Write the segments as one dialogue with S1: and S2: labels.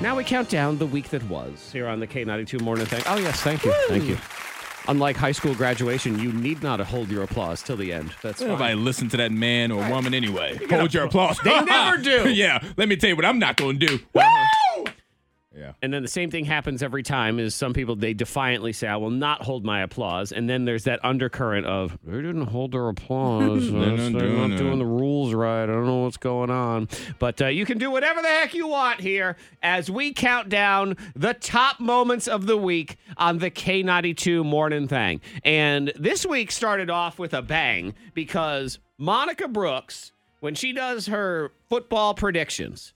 S1: Now we count down the week that was here on the K92 Morning Thing. Oh, yes, thank you. Thank you. Unlike high school graduation, you need not hold your applause till the end. That's fine.
S2: Nobody listen to that man or woman anyway. Hold your applause.
S1: They never do.
S2: yeah. Let me tell you what I'm not going to do. Woo! Yeah.
S1: And then the same thing happens every time is some people they defiantly say, I will not hold my applause. And then there's that undercurrent of they didn't hold their applause. They're
S2: not
S1: not
S2: doing it."
S1: doing the rules right. I don't know what's going on. But uh, you can do whatever the heck you want here as we count down the top moments of the week on the K92 morning thing. And this week started off with a bang because Monica Brooks, when she does her football predictions,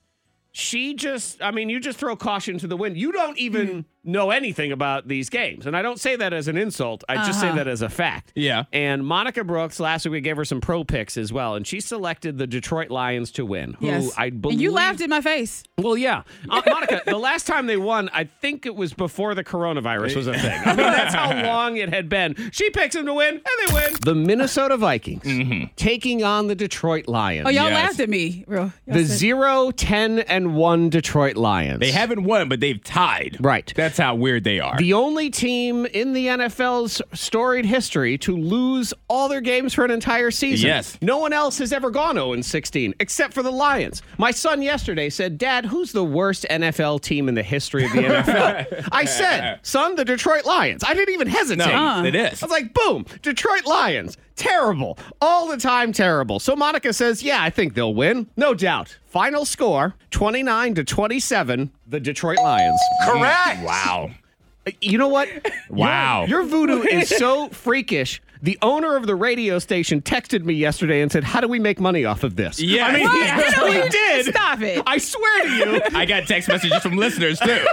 S1: she just i mean you just throw caution to the wind you don't even know anything about these games and i don't say that as an insult i just say that as a fact
S2: Yeah.
S1: and monica brooks last week we gave her some pro picks as well and she selected the detroit lions to win who
S3: yes.
S1: i believe
S3: And you laughed in my face.
S1: well yeah Uh, monica the last time they won i think it was before the coronavirus was a thing i mean that's how long it had been she picks them to win and they win Mm-hmm. the minnesota vikings taking on the detroit lions
S3: Oh, y'all
S2: Yes.
S3: laughed at me, bro. Y'all
S1: the
S3: said-
S1: 0 10 and 1 detroit lions
S2: They haven't won, but they've tied.
S1: Right.
S2: That's how weird they are.
S1: The only team in the NFL's storied history to lose all their games for an entire season.
S2: Yes.
S1: No one else has ever gone 0 16 except for the Lions. My son yesterday said, Dad, who's the worst NFL team in the history of the NFL? I said, Son, the Detroit Lions. I didn't even hesitate.
S2: no, it is.
S1: I was like, boom, Detroit Lions. Terrible. All the time terrible. So Monica says, yeah, I think they'll win. No doubt. Final score 29 to 27, the Detroit Lions.
S2: Correct. Wow.
S1: You know what?
S2: Wow.
S1: Your voodoo is so freakish. The owner of the radio station texted me yesterday and said, How do we make money off of this?
S2: Yeah.
S1: I mean,
S2: What?
S1: he actually
S3: No,
S1: did.
S3: Stop it.
S1: I swear to you.
S2: I got text messages from listeners too.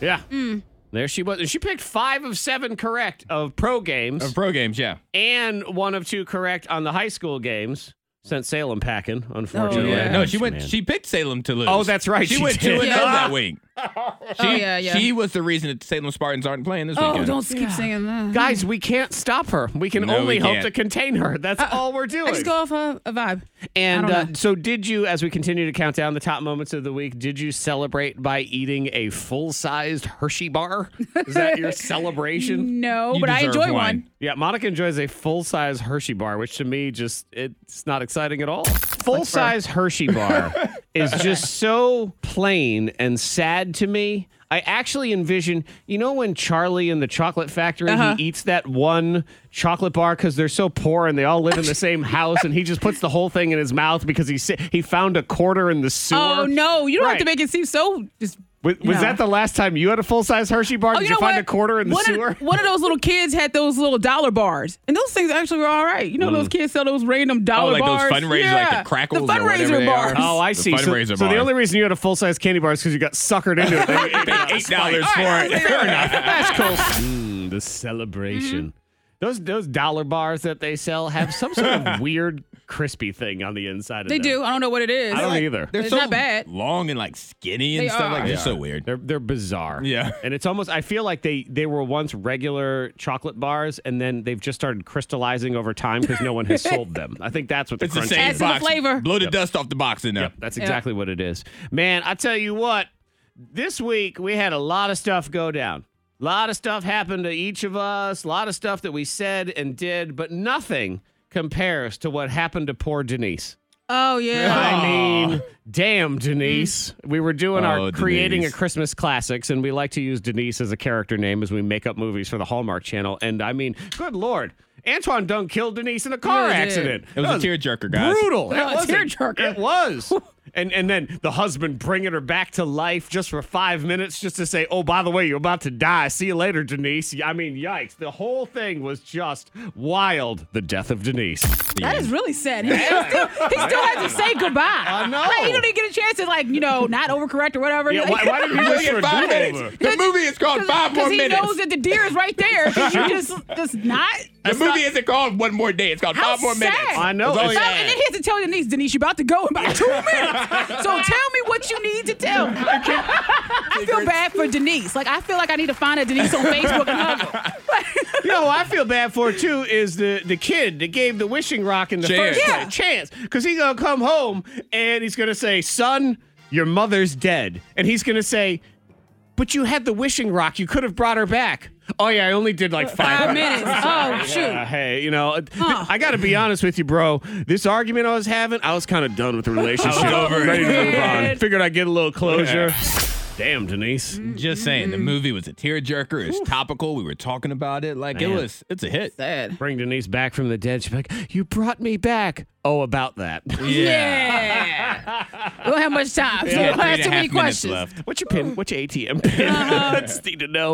S1: yeah.
S3: Hmm.
S1: There she was. And She picked five of seven correct of pro games
S2: Of pro games, yeah.
S1: and one of two correct on the high school games. Sent Salem packing, unfortunately.
S3: Oh, yeah.
S2: No, she went.
S1: Man.
S2: She picked Salem to lose.
S1: Oh, that's right,
S2: She,
S1: she
S2: went
S1: did.
S2: two and
S3: Yeah.
S2: zero that week. She,
S3: Oh, yeah, yeah.
S2: She was the reason that the Salem Spartans aren't playing this
S3: oh,
S2: weekend.
S3: don't keep singing that.
S1: Guys, we can't stop her. We can
S2: No,
S1: only
S2: we
S1: hope
S2: can't.
S1: to contain her. That's all we're doing.
S3: Uh, I just go off a, a vibe.
S1: And
S3: I don't
S1: uh,
S3: know.
S1: so, did you, as we continue to count down the top moments of the week, did you celebrate by eating a full sized Hershey bar? Is that your celebration?
S3: No,
S2: You
S3: but I
S2: deserve
S3: enjoy one.
S2: one.
S1: Yeah, Monica enjoys a full size Hershey bar, which to me just it's not exciting at all. Full size Hershey bar is just so plain and sad to me. I actually envision, you know, when Charlie in the Chocolate Factory
S3: Uh-huh.
S1: he eats that one chocolate bar because they're so poor and they all live in the same house, and he just puts the whole thing in his mouth because he si- he found a quarter in the sewer.
S3: Oh no, you don't have to
S1: Right.
S3: make it seem so just.
S1: Was, was
S3: No.
S1: that the last time you had a full size Hershey bar?
S3: Oh,
S1: Did
S3: know
S1: you find
S3: what?
S1: a quarter in the
S3: one
S1: sewer?
S3: Of, one of those little kids had those little dollar bars, and those things actually were all right. You know,
S1: Mm.
S3: those kids sell those random dollar
S2: like those
S3: bars.
S2: fundraisers,
S3: yeah.
S2: like the Crackles or
S3: The fundraiser
S2: whatever they are.
S3: bars.
S1: Oh, I
S2: The
S1: see. So,
S2: fundraiser
S1: so the
S2: bar.
S1: only reason you had a full size candy bar is because you got suckered into it. Then you ate it out
S2: Paid
S1: of
S2: eight
S1: spite.
S2: dollars for it.
S1: Fair enough. That's cool. Mm-hmm. Mm, the celebration. Those those dollar bars that they sell have some sort of weird crispy thing on the inside of
S3: They
S1: them.
S3: do. I don't know what it is.
S1: I don't either.
S2: They're
S3: It's
S2: so
S3: not bad.
S2: long and like skinny and
S3: They
S2: stuff like
S3: are.
S2: that. It's so weird.
S1: They're they're bizarre.
S2: Yeah.
S1: And it's almost I feel like they they were once regular chocolate bars and then they've just started crystallizing over time because no one has sold them. I think that's what the
S2: It's the
S1: crunch
S2: same
S1: is.
S3: Adds in the
S2: box.
S3: flavor.
S2: Blow the dust off the box in there.
S1: Yep, that's exactly what it is. Man, I tell you what, this week we had a lot of stuff go down. A lot of stuff happened to each of us, a lot of stuff that we said and did, but nothing compares to what happened to poor Denise.
S3: Oh yeah.
S1: I mean, damn, Denise. We were doing
S2: Oh,
S1: our creating
S2: Denise.
S1: a Christmas classics, and we like to use Denise as a character name as we make up movies for the Hallmark Channel. And I mean, good lord, Antoine Dunk killed Denise in a car
S3: Yeah, he did.
S1: accident.
S2: It was a tearjerker, guys.
S1: Brutal.
S3: Yeah,
S1: That
S3: a
S1: was a-
S3: tearjerker.
S1: It was. And, and then the husband bringing her back to life just for five minutes, just to say, "Oh, by the way, you're about to die. See you later, Denise." I mean, yikes! The whole thing was just wild. The death of Denise.
S3: That is really sad. He, he still, he still has to say goodbye. I
S1: know.
S3: Like, he don't even get a chance to like you know not overcorrect or whatever.
S1: Yeah,
S3: Like-
S1: why, why did you wish for a
S2: Five minutes.
S1: do-over?
S2: The movie is called Five More
S3: he
S2: Minutes.
S3: knows that the deer is right there. Did you just just not?
S2: The movie isn't called One More Day. It's called
S3: How
S2: Five More
S3: sad.
S2: Minutes.
S1: I know.
S2: It's
S1: It's-
S2: only-
S3: Now, and then he has to tell Denise, Denise, you're about to go in about two minutes. So tell me what you need to tell me. I feel bad for Denise. Like I feel like I need to find a Denise on Facebook and hug her. Like,
S1: You know, who I feel bad for too is the the kid that gave the wishing rock in the
S2: Chance.
S1: first
S3: Yeah.
S1: place. Chance, because he's gonna come home and he's gonna say, "Son, your mother's dead. And he's going to say, but you had the wishing rock. You could have brought her back. Oh, yeah, I only did like five,
S3: Five minutes. Oh,
S1: Yeah,
S3: shoot.
S1: hey, you know, th- I got to be honest with you, bro. This argument I was having, I was kind of done with the relationship.
S2: I was over it.
S1: Ready to move on.
S3: Man.
S1: Figured I'd get a little closure. Damn, Denise.
S2: Just saying,
S3: Mm-hmm.
S2: the movie was a tearjerker. It's topical. We were talking about it. Like
S1: Man.
S2: it was, it's a hit.
S3: Sad.
S1: Bring Denise back from the dead. She's like, you brought me back. Oh, about that.
S3: Yeah. we don't have much time. So
S2: Yeah,
S3: we'll
S2: three and a
S3: ask too
S2: half
S3: many
S2: minutes
S3: questions.
S2: left.
S1: What's your pin? What's your ATM pin? I just need to know.